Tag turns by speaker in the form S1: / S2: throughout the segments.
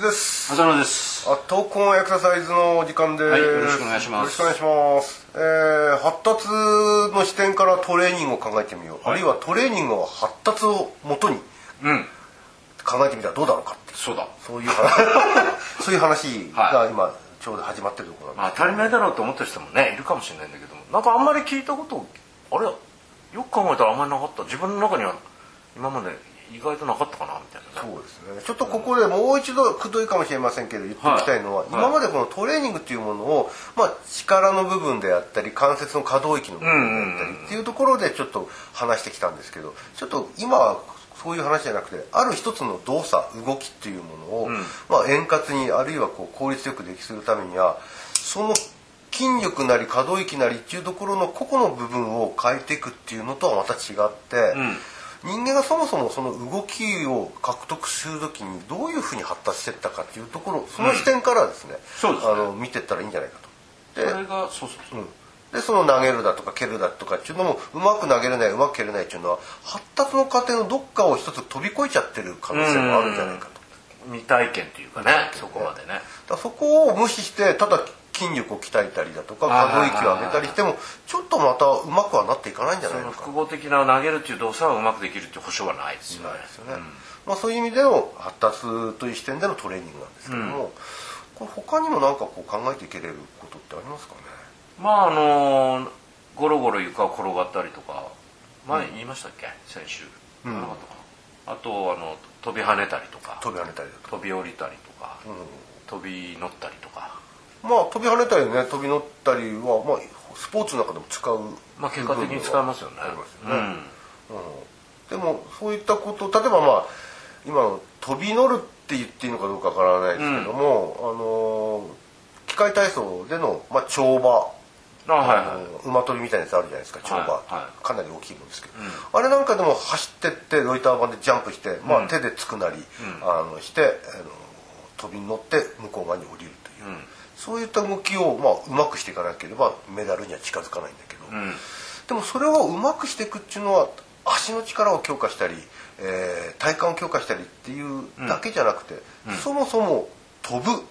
S1: です。
S2: 浅野です。
S1: あ、闘魂エクササイズのお時間です。
S2: はいよろしくお願いします
S1: よろしくお願いします。えー、発達の視点からトレーニングを考えてみよう。あるいはトレーニングの発達をもとに
S2: うん、
S1: 考えてみたらどうだろうかっていう。
S2: そうだ。
S1: そういう話、 そういう話が今ちょうど始まってるところなんで
S2: まあ、当たり前だろうと思ってる人もね、いるかもしれないんだけども、なんかあんまり聞いたこと、あれ、よく考えたらあんまりなかった。自分の中には、今まで意外となかったかな、みたいなね。
S1: そうですねちょっとここでもう一度くどいかもしれませんけど言っておきたいのは、
S2: はい
S1: 今までこのトレーニングというものを、まあ、力の部分であったり関節の可動域の部分であったりっていうところでちょっと話してきたんですけどちょっと今はそういう話じゃなくてある一つの動作動きっていうものを、まあ、円滑にあるいはこう効率よくできするためにはその筋力なり可動域なりっていうところの個々の部分を変えていくっていうのとはまた違って、人間がそもそもその動きを獲得するときにどういうふうに発達していったかっていうところその視点からですね,、
S2: そうですね
S1: あの見ていったらいいんじゃないかと。
S2: そ
S1: で
S2: れが、そうそうそう。
S1: でその投げるだとか蹴るだとかっていうのもうまく投げれないうまく蹴れないっていうのは発達の過程のどっかを一つ飛び越えちゃってる可能性もあるんじゃないかと。
S2: 未体験というかね、そこまでね。
S1: だからそこを無視してただ筋力を鍛えたりだとか
S2: あー
S1: 可動域を上げたりしてもちょっとまたうまくはなっていかないんじゃ
S2: そ
S1: ない
S2: の
S1: のか
S2: 複合的な投げるっていう動作はうまくできるっていう保証はないですよね。
S1: ですよね、まあ、そういう意味での発達という視点でのトレーニングなんですけども、これ他にも何かこう考えていけれることってありますかね
S2: まあ、あのーゴロゴロ床を転がったりとか、前言いましたっけ、先週。
S1: ん
S2: なかったかなあと、あの、飛び跳ねたりとか。
S1: 飛び跳ねたりだとか、
S2: 飛び降りたりとか、
S1: う
S2: 飛び乗ったりとか、
S1: ん、まあ飛び跳ねたりね飛び乗ったりは、まあ、スポーツの中でも使う
S2: まあ、結果的に使えますよね。
S1: ありますよね、
S2: うん
S1: でもそういったこと例えばまあ今の飛び乗るって言っていいのかどうかわからないですけども、あのー機械体操での、まあ、跳馬、
S2: あはいはい、
S1: 馬跳びみたいなやつあるじゃないですか跳馬、
S2: はいは
S1: かなり大きいもんですけど、あれなんかでも走ってってロイター版でジャンプして、まあ、手でつくなり、あのして、あの飛び乗って向こう側に降りるという、そういった動きを、まあ、うまくしていかなければメダルには近づかないんだけど。
S2: うん
S1: でもそれをうまくしていくっていうのは足の力を強化したり、えー体幹を強化したりっていうだけじゃなくて、そもそも飛ぶ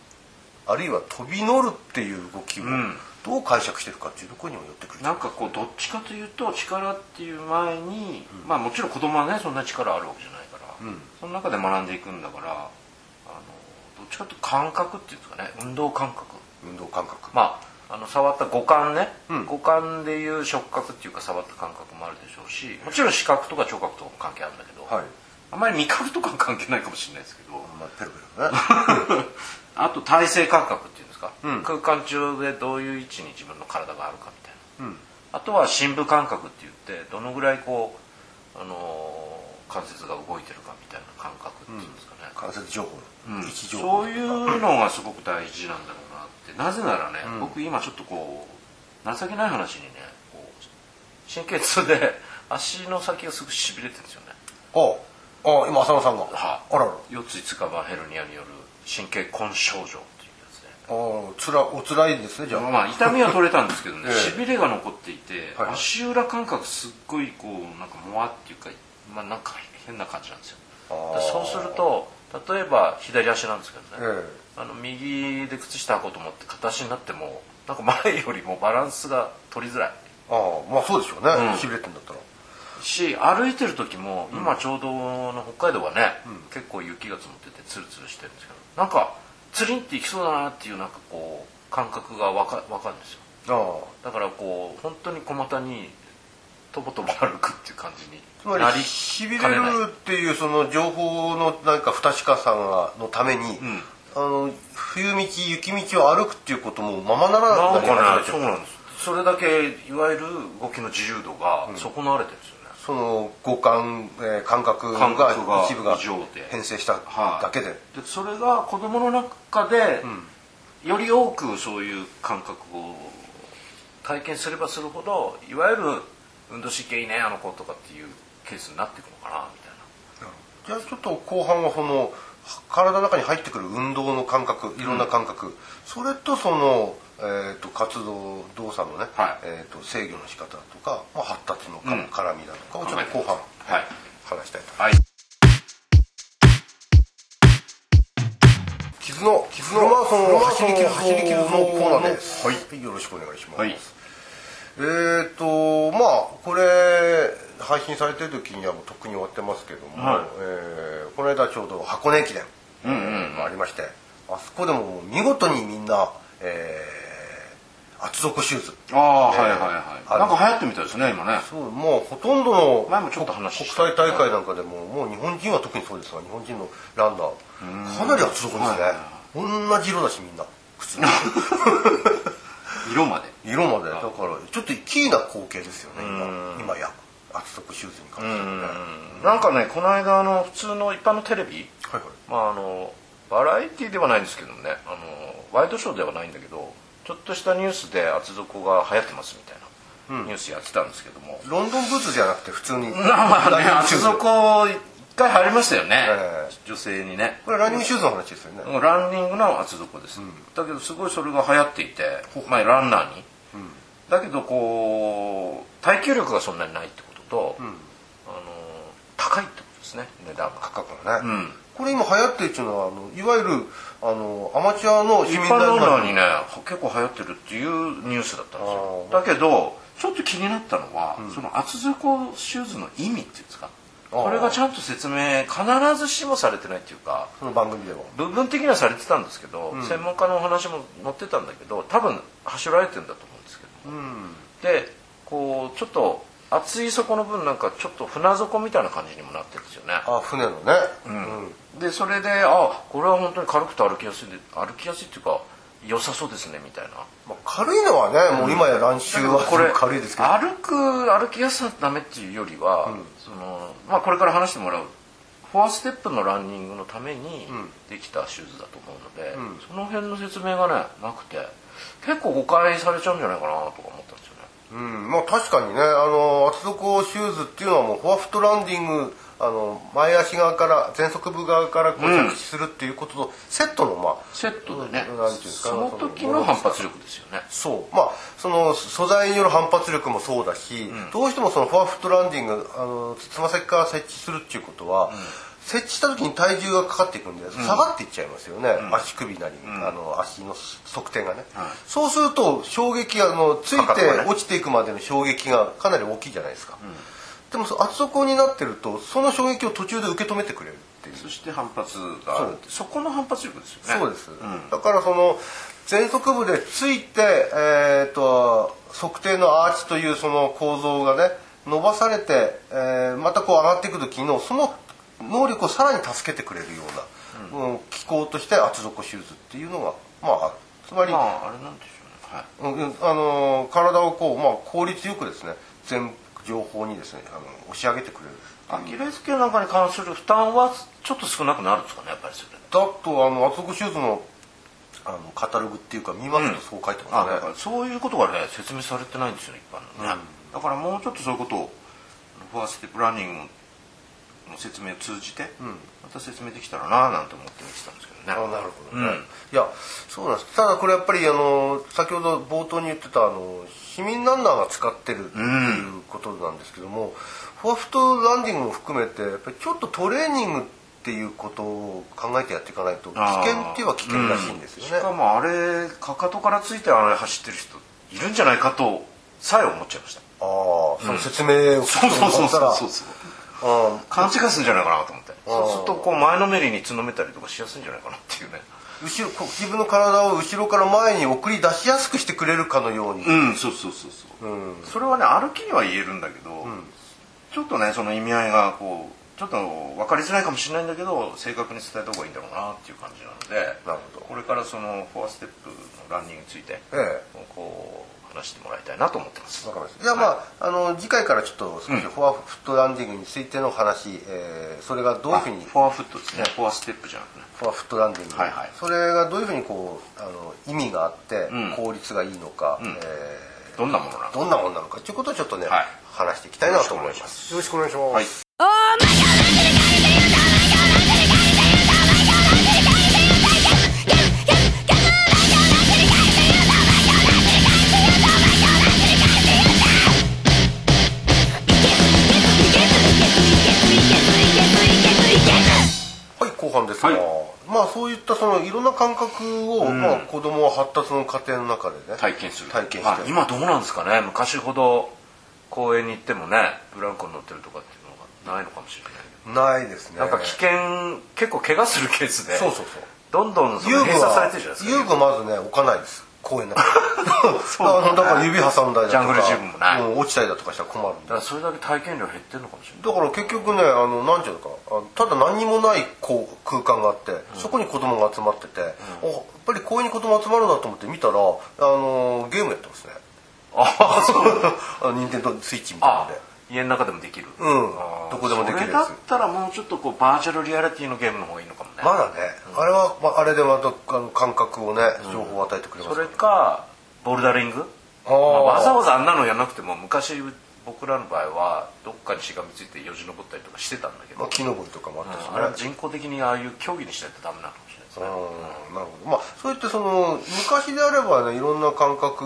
S1: あるいは飛び乗るっていう動きを
S2: ん
S1: どう解釈してるかっていうところにもよってくる、
S2: なんかこうどっちかというと力っていう前に、まあもちろん子供はねそんな力あるわけじゃないから、その中で学んでいくんだからあのどっちかというと感覚っていうんですかね運動感覚
S1: 運動感覚、
S2: まああの触った五感ね、
S1: ん
S2: 五感でいう触覚っていうか触った感覚もあるでしょうしもちろん視覚とか聴覚とかも関係あるんだけど、
S1: はい
S2: あんまり味覚とかは関係ないかもしれないですけど、
S1: まあ、ペロペロね
S2: あと体勢感覚っていうんですか、
S1: うん
S2: 空間中でどういう位置に自分の体があるかみたいな、
S1: うん
S2: あとは深部感覚って言ってどのぐらいこう、あのー関節が動いてるかみたいな感覚っていうんですかね、
S1: 関節情報、
S2: うん
S1: 位置情報
S2: そういうのがすごく大事なんだろうなってなぜならね、僕今ちょっとこう情けない話にねこう神経痛で足の先がすぐしびれてるんですよね
S1: あああ今浅野さんが、
S2: は
S1: あららあ
S2: 腰椎つかばヘルニアによる神経根症状っていうやつで
S1: あつらおつらいですねじゃあ、
S2: まあ痛みは取れたんですけどね
S1: ええ
S2: しびれが残っていて、
S1: はいはい
S2: 足裏感覚すっごいこうなんかもわっていうか、まあ、なんか変な感じなんですよ
S1: あー
S2: でそうすると例えば左足なんですけどね、
S1: え
S2: あの右で靴下履こうと思って片足になってもなんか前よりもバランスが取りづらい
S1: えああまあそうでしょうね、
S2: うん
S1: しびれてんだったら
S2: し歩いてる時も今ちょうどあの北海道はね、結構雪が積もっててツルツルしてるんですけどなんかツリンっていきそうだなっていうなんかこう感覚がわかわかるんですよ
S1: ああ
S2: だからこう本当に小股にとぼとぼ歩くっていう感じに
S1: つま
S2: なり
S1: りしび
S2: か
S1: れ
S2: ね
S1: る
S2: ない
S1: っていうその情報のなんか不確かさがのために、
S2: ん
S1: あの冬道雪道を歩くっていうこともままなら
S2: な
S1: なんくなり
S2: か
S1: 始
S2: ね
S1: めちゃ
S2: そう
S1: う
S2: なんですそれだけいわゆる動きの自由度が損なわれてるんですよね、
S1: その五感、えー感覚
S2: 感覚が
S1: が一部が
S2: 異常で
S1: 変性した
S2: はい
S1: だけで、
S2: でそれが子供の中で、より多くそういう感覚を体験すればするほどいわゆる運動神経いいねあの子とかっていうケースになっていくのかなみたいな
S1: じゃあちょっと後半はその体の中に入ってくる運動の感覚いろんな感覚、それとその、えー、と活動動作のね、
S2: はい
S1: えー、と制御の仕方とか、まあ、発達のか、
S2: うん
S1: 絡みだとかをちょっと後半
S2: はい
S1: 話したいと思います
S2: はい
S1: 基傷の傷のマラソンの走り傷の走り傷のコーナーです。
S2: はい
S1: い、よろしくお願いします。
S2: はい
S1: えーとまあこれ配信されてる時にはもうとっくに終わってますけども、
S2: はい
S1: えーこの間ちょうど箱根駅伝
S2: うんうん
S1: がありまして、あそこでももう見事にみんな、えー厚底シューズ
S2: ああはいはいは
S1: あ
S2: い
S1: の
S2: なんか流行ってみたいですね今ね
S1: そうもうほとんどの
S2: 前もちょっと話
S1: 国
S2: した
S1: 際大会なんかでももう日本人は特にそうですが日本人のランナーかなり厚底ですね
S2: はい
S1: 同じ色だしみんな靴
S2: 色まで
S1: 色までだからちょっとキーな光景ですよね今今や厚底シューズに関してはね
S2: なんかねこの間あの普通の一般のテレビ
S1: はいはい
S2: まああのバラエティではないんですけどもねあのワイドショーではないんだけどちょっとしたニュースで厚底が流行ってますみたいなニュースやってたんですけども、
S1: ロンドンブーツじゃなくて普通に
S2: まあね
S1: ランニングシュ
S2: 厚
S1: ーズ
S2: 底一回入りましたよね、
S1: え
S2: 女性にね
S1: これランニングシューズの話ですよね、
S2: ランニングの厚底です、だけどすごいそれが流行っていて前ランナーに、だけどこう耐久力がそんなにないってことと、あの高いってことですね値段が
S1: 価格がね、
S2: うん
S1: これ今流行ってるっていうのはあのいわゆるあのアマチュアの市
S2: 一
S1: 民
S2: 般ラ
S1: 団
S2: ンナ
S1: 体
S2: ーにね結構流行ってるっていうニュースだったんですよ
S1: あ
S2: だけどちょっと気になったのは、その厚底シューズの意味っていうんですか
S1: あー
S2: これがちゃんと説明必ずしもされてないっていうか
S1: その番組では
S2: 部分的にはされてたんですけど、専門家のお話も載ってたんだけど多分走られてんだと思うんですけど
S1: うん
S2: でこうちょっと厚い底の分なんかちょっと船底みたいな感じにもなってるんですよね
S1: あ船のね、うん
S2: でそれであこれは本当に軽くて歩きやすいで歩きやすいっていうか良さそうですねみたいな
S1: まあ、軽いのはね、もう今やランシューはす
S2: こ
S1: ご
S2: れ
S1: く軽いですけど
S2: 歩く歩きやすさのためっていうよりは、そのまあ、これから話してもらうフォアステップのランニングのためにできたシューズだと思うので、その辺の説明がねなくて結構誤解されちゃうんじゃないかなとか思ったんですよね
S1: うんまあ確かにねあの厚底シューズっていうのはもうフォアフットランディングあの前足側から前足部側からこう着地するっていうこととセットのまあ
S2: セットでね、
S1: うんなんていうんですか
S2: その時の反発力ですよね
S1: そうまあその素材による反発力もそうだし、どうしてもそのフォアフットランディングあのつま先から設置するっていうことは、設置した時に体重がかかっていくんで下がっていっちゃいますよね、足首なり、あの足の側転がね、そうすると衝撃があのつい
S2: かか
S1: て
S2: とがね
S1: 落ちていくまでの衝撃がかなり大きいじゃないですか、でもそう厚底になってるとその衝撃を途中で受け止めてくれるっていう
S2: そして反発があるってそこの反発力ですよね
S1: そうです、だからその前足部でついて、えー、と測定のアーチというその構造がね伸ばされて、えーまたこう上がっていく時のその能力をさらに助けてくれるような、うん機構として厚底手術っていうのがまああるつまり、
S2: まああれなんでしょうね、はい
S1: うんうんあのー体をこう、まあ、効率よくですね全情報にですねあの押し上げてくれる
S2: アキレス腱なんかに関する負担はちょっと少なくなるんですかねやっぱりそれ
S1: だとあの厚底手術のあのカタログっていうか見ますとそう書いてま
S2: あ
S1: すね、
S2: だからそういうことがね説明されてないんですよね一般のね、だからもうちょっとそういうことをファーステップランニングの説明を通じて、また説明できたらなぁなんて思って見てたんですけどね
S1: あなるほどね、
S2: うん
S1: いやそうなんですただこれやっぱりあの先ほど冒頭に言ってたあの市民ランナーが使ってるっていうことなんですけども、フォアフットランディングも含めてやっぱりちょっとトレーニングっていうことを考えてやっていかないと危
S2: あー
S1: 険っていうのは危険らしいんですよね
S2: し、かもあれかかとからついてあれ走ってる人いるんじゃないかとさえ思っちゃいました
S1: ああその説明を聞くのだったら
S2: うそう
S1: うん
S2: 勘違いするんじゃないかなと思ってそうするとこう前のめりにつのめたりとかしやすいんじゃないかなっていうね
S1: 後ろこう自分の体を後ろから前に送り出しやすくしてくれるかのように、
S2: うんそうそうそうそう、それはね歩きには言えるんだけど、ちょっとねその意味合いがこうちょっと分かりづらいかもしれないんだけど正確に伝えた方がいいんだろうなっていう感じなので
S1: なるほど
S2: これからそのフォアステップのランニングについて、
S1: ええ
S2: こう話してもらいたいなと思ってます
S1: わかりましたじゃあまあ,、あの次回からちょっと少しフォアフットランディングについての話、えーそれがどういうふうに
S2: フォアフットですねフォアステップじゃなくてね
S1: フォアフットランディング、
S2: はいはい
S1: それがどういうふうにこうあの意味があって、
S2: うん
S1: 効率がいいのか、え
S2: どんなものなの
S1: ーどんなものなのかということをちょっとね、
S2: はい
S1: 話していきたいなと思いますよろしくお願いします、
S2: はい
S1: はい後半ですですが、
S2: はい
S1: まあそういったそのいろんな感覚を、まあ子供は発達の過程の中でね
S2: 体験する
S1: 体験して
S2: あ今どうなんですかね昔ほど公園に行ってもねブランコに乗ってるとかっていうのがないのかもしれない
S1: ないですね
S2: なんか危険結構怪我するケースで
S1: そうそうそう
S2: どんどんそ
S1: 遊
S2: の
S1: 具
S2: 閉鎖され
S1: は
S2: てるじゃないですか
S1: 遊具はまずね置かないです公園だからあ のだから指挟んだりだとか
S2: ジャングルジムもない
S1: うん落ちたりだとかしたら困るんで
S2: だからそれだけ体験量減ってるのかもしれな
S1: だ
S2: い
S1: から結局ねあのなんていうのかあのただ何にもないこう空間があって、そこに子供が集まってて、おやっぱり公園に子供集まるなと思って見たらあのゲームやってますね
S2: あそう
S1: あの任天堂スイッチみたいな
S2: あ
S1: んで
S2: 家の中でもできる
S1: うん
S2: あー
S1: どこでもできるやつ
S2: それだったらもうちょっとこうバーチャルリアリティのゲームの方がいいのかもね、
S1: まだね、あれは、まあ、あれでまたあの感覚をね情報を与えてくれます
S2: そ
S1: から
S2: れかボルダリング
S1: あー
S2: まあわざわざあんなのやらなくても昔僕らの場合はどっかにしがみついてよじ登ったりとかしてたんだけど、
S1: まあ、木登りとかもあったしね、
S2: あれは人工的にああいう競技にしないとダメなのかもしれないですね、
S1: うんなるほどまあそういってその昔であればねいろんな感覚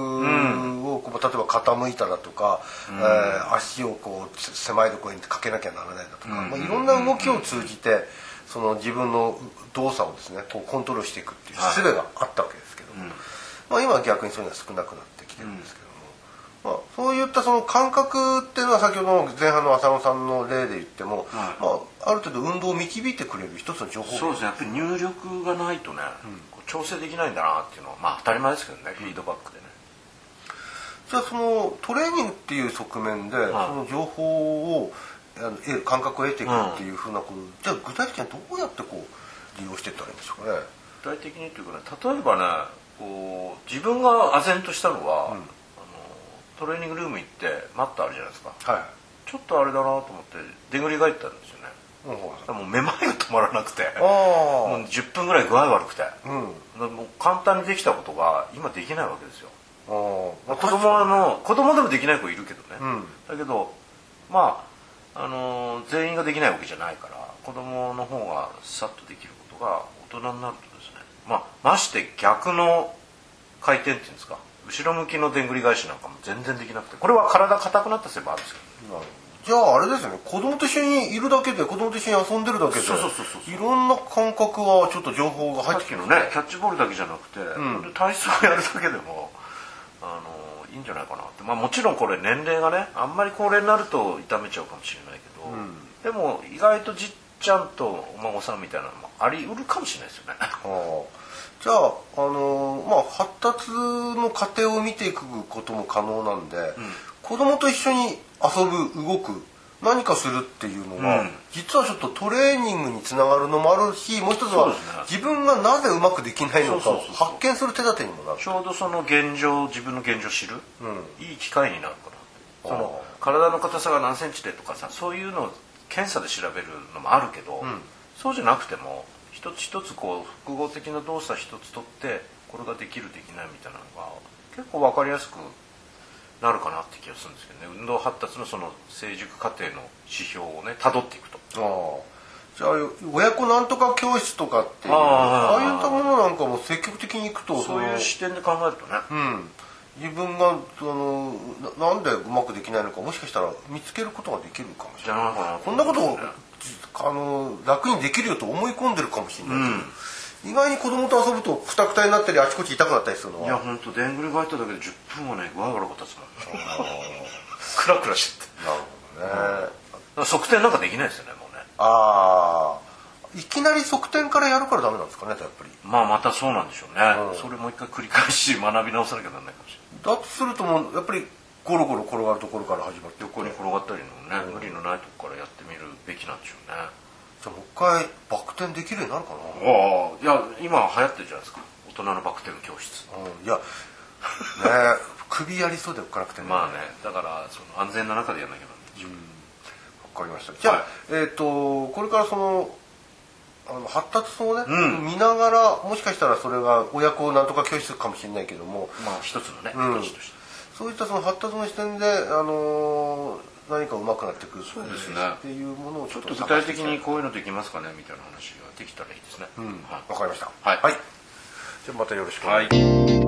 S1: をこう例えば傾いただとか、えー足をこうつ狭いところにかけなきゃならないだとか、まあ、いろんな動きを通じてその自分の動作をですねこうコントロールしていくっていう術があったわけですけども、まあ、今は逆にそういうのは少なくなってきてるんですけども、まあ、そういったその感覚っていうのは先ほどの前半の浅野さんの例で言っても、まあ、ある程度運動を導いてくれる一つの情報源
S2: そうですねやっぱり入力がないとね、こう調整できないんだなっていうのはまあ当たり前ですけどね、フィードバックでね
S1: じゃあそのトレーニングっていう側面で、その情報をあの得る感覚を得ていくっていうふうなこと、じゃあ具体的にはどうやってこう利用していったらいいんでしょうかね。
S2: 具体的にというかね例えばねこう自分が唖然としたのは、あのトレーニングルーム行ってマットあるじゃないですか
S1: は
S2: ちょっとあれだなと思ってでぐり返ったんですよね
S1: い。うん、ほら
S2: だからもうめまいが止まらなくても
S1: あ
S2: う10分ぐらい具合悪くて、
S1: あ、うん、あ
S2: だからもう簡単にできたことが今できないわけですよ
S1: あ、まあ
S2: 子供はあの子供でもできない子いるけどね、
S1: うん
S2: だけどまあ、あのー全員ができないわけじゃないから子供の方がさっとできることが大人になるとですね、まあ、まして逆の回転っていうんですか後ろ向きのでんぐり返しなんかも全然できなくてこれは体硬くなったせいもあるんですけど
S1: なるほどじゃああれですよね子供と一緒にいるだけで子供と一緒に遊んでるだけで
S2: そうそうそうそう
S1: いろんな感覚はちょっと情報が入ってき
S2: さっき
S1: て
S2: のねキャッチボールだけじゃなくて、
S1: ん
S2: ほんで体操やるだけでも、あのーいいんじゃないかなって、まあ、もちろんこれ年齢がねあんまり高齢になると痛めちゃうかもしれないけど、でも意外とじっちゃんとお孫さんみたいなのもありうるかもしれないですよね。
S1: ああじゃあ、あのーまあ、発達の過程を見ていくことも可能なんで、子供と一緒に遊ぶ動く何かするっていうのが、
S2: うん
S1: 実はちょっとトレーニングにつながるのもあるしもう一つ
S2: そう
S1: は、
S2: ですね
S1: 自分がなぜうまくできないのかを
S2: そうそうそうそう
S1: 発見する手立てにもなる
S2: ちょうどその現状自分の現状を知る、
S1: う
S2: いい機会になるかなその
S1: あ
S2: 体の硬さが何センチでとかさそういうのを検査で調べるのもあるけど、そうじゃなくても一つ一つこう複合的な動作一つとってこれができるできないみたいなのが結構分かりやすくなるかなって気がするんですけどね運動発達のその成熟過程の指標をね辿っていく
S1: あ
S2: と。
S1: あじゃあ親子なんとか教室とかっていう
S2: あ
S1: あ
S2: あ
S1: あいったものなんかも積極的に行くと
S2: そう
S1: の
S2: いう視点で考えるとね、
S1: うん、自分がそのななんでうまくできないのかもしかしたら見つけることができるかもし
S2: じ
S1: れ
S2: ゃ
S1: ない
S2: ないかな
S1: こんなことをあの楽にできるよと思い込んでるかもしれないけど、意外に子供と遊ぶとくたくたになったりあちこち痛くなったりするの
S2: いや
S1: は
S2: 本当でんぐり返っただけで10分はね具合悪かったですもん クラクラしてって
S1: なるほどね、
S2: 測定なんかできないですよねもうね
S1: ああいきなり側転からやるからダメなんですかねやっぱり
S2: まあまたそうなんでしょうね、
S1: うん
S2: それもう一回繰り返し学び直さなきゃならないかもしれない
S1: だとするともうやっぱりゴロゴロ転がるところから始まって
S2: 横に転がったりのね、無理のないとこからやってみるべきなんでしょうね
S1: じゃあもう一回バク転できるようになるかな、
S2: ああいや今流行ってるじゃないですか大人のバク転教室
S1: うん、いやねえ首やりそうでおっかなくてね
S2: まあねだからその安全な中でやらなきゃならないでしょう、
S1: わかりました。じゃあ、
S2: はい
S1: えっ、とこれからそのあの発達をね、
S2: うん
S1: 見ながらもしかしたらそれが親子なんとか教室かもしれないけども、
S2: まあ一つのね
S1: うん
S2: 形として、
S1: そういったその発達の視点であのー何か上手くなってくるそう
S2: ですね
S1: っていうものをちょっ
S2: ちょ
S1: と
S2: っと具
S1: 探
S2: 体
S1: してい
S2: 的
S1: きたい
S2: にこういうのできますかねみたいな話ができたらいいですね、
S1: うん
S2: は
S1: わかりました。
S2: はい
S1: じゃあまたよろしくお願いします。
S2: い、はい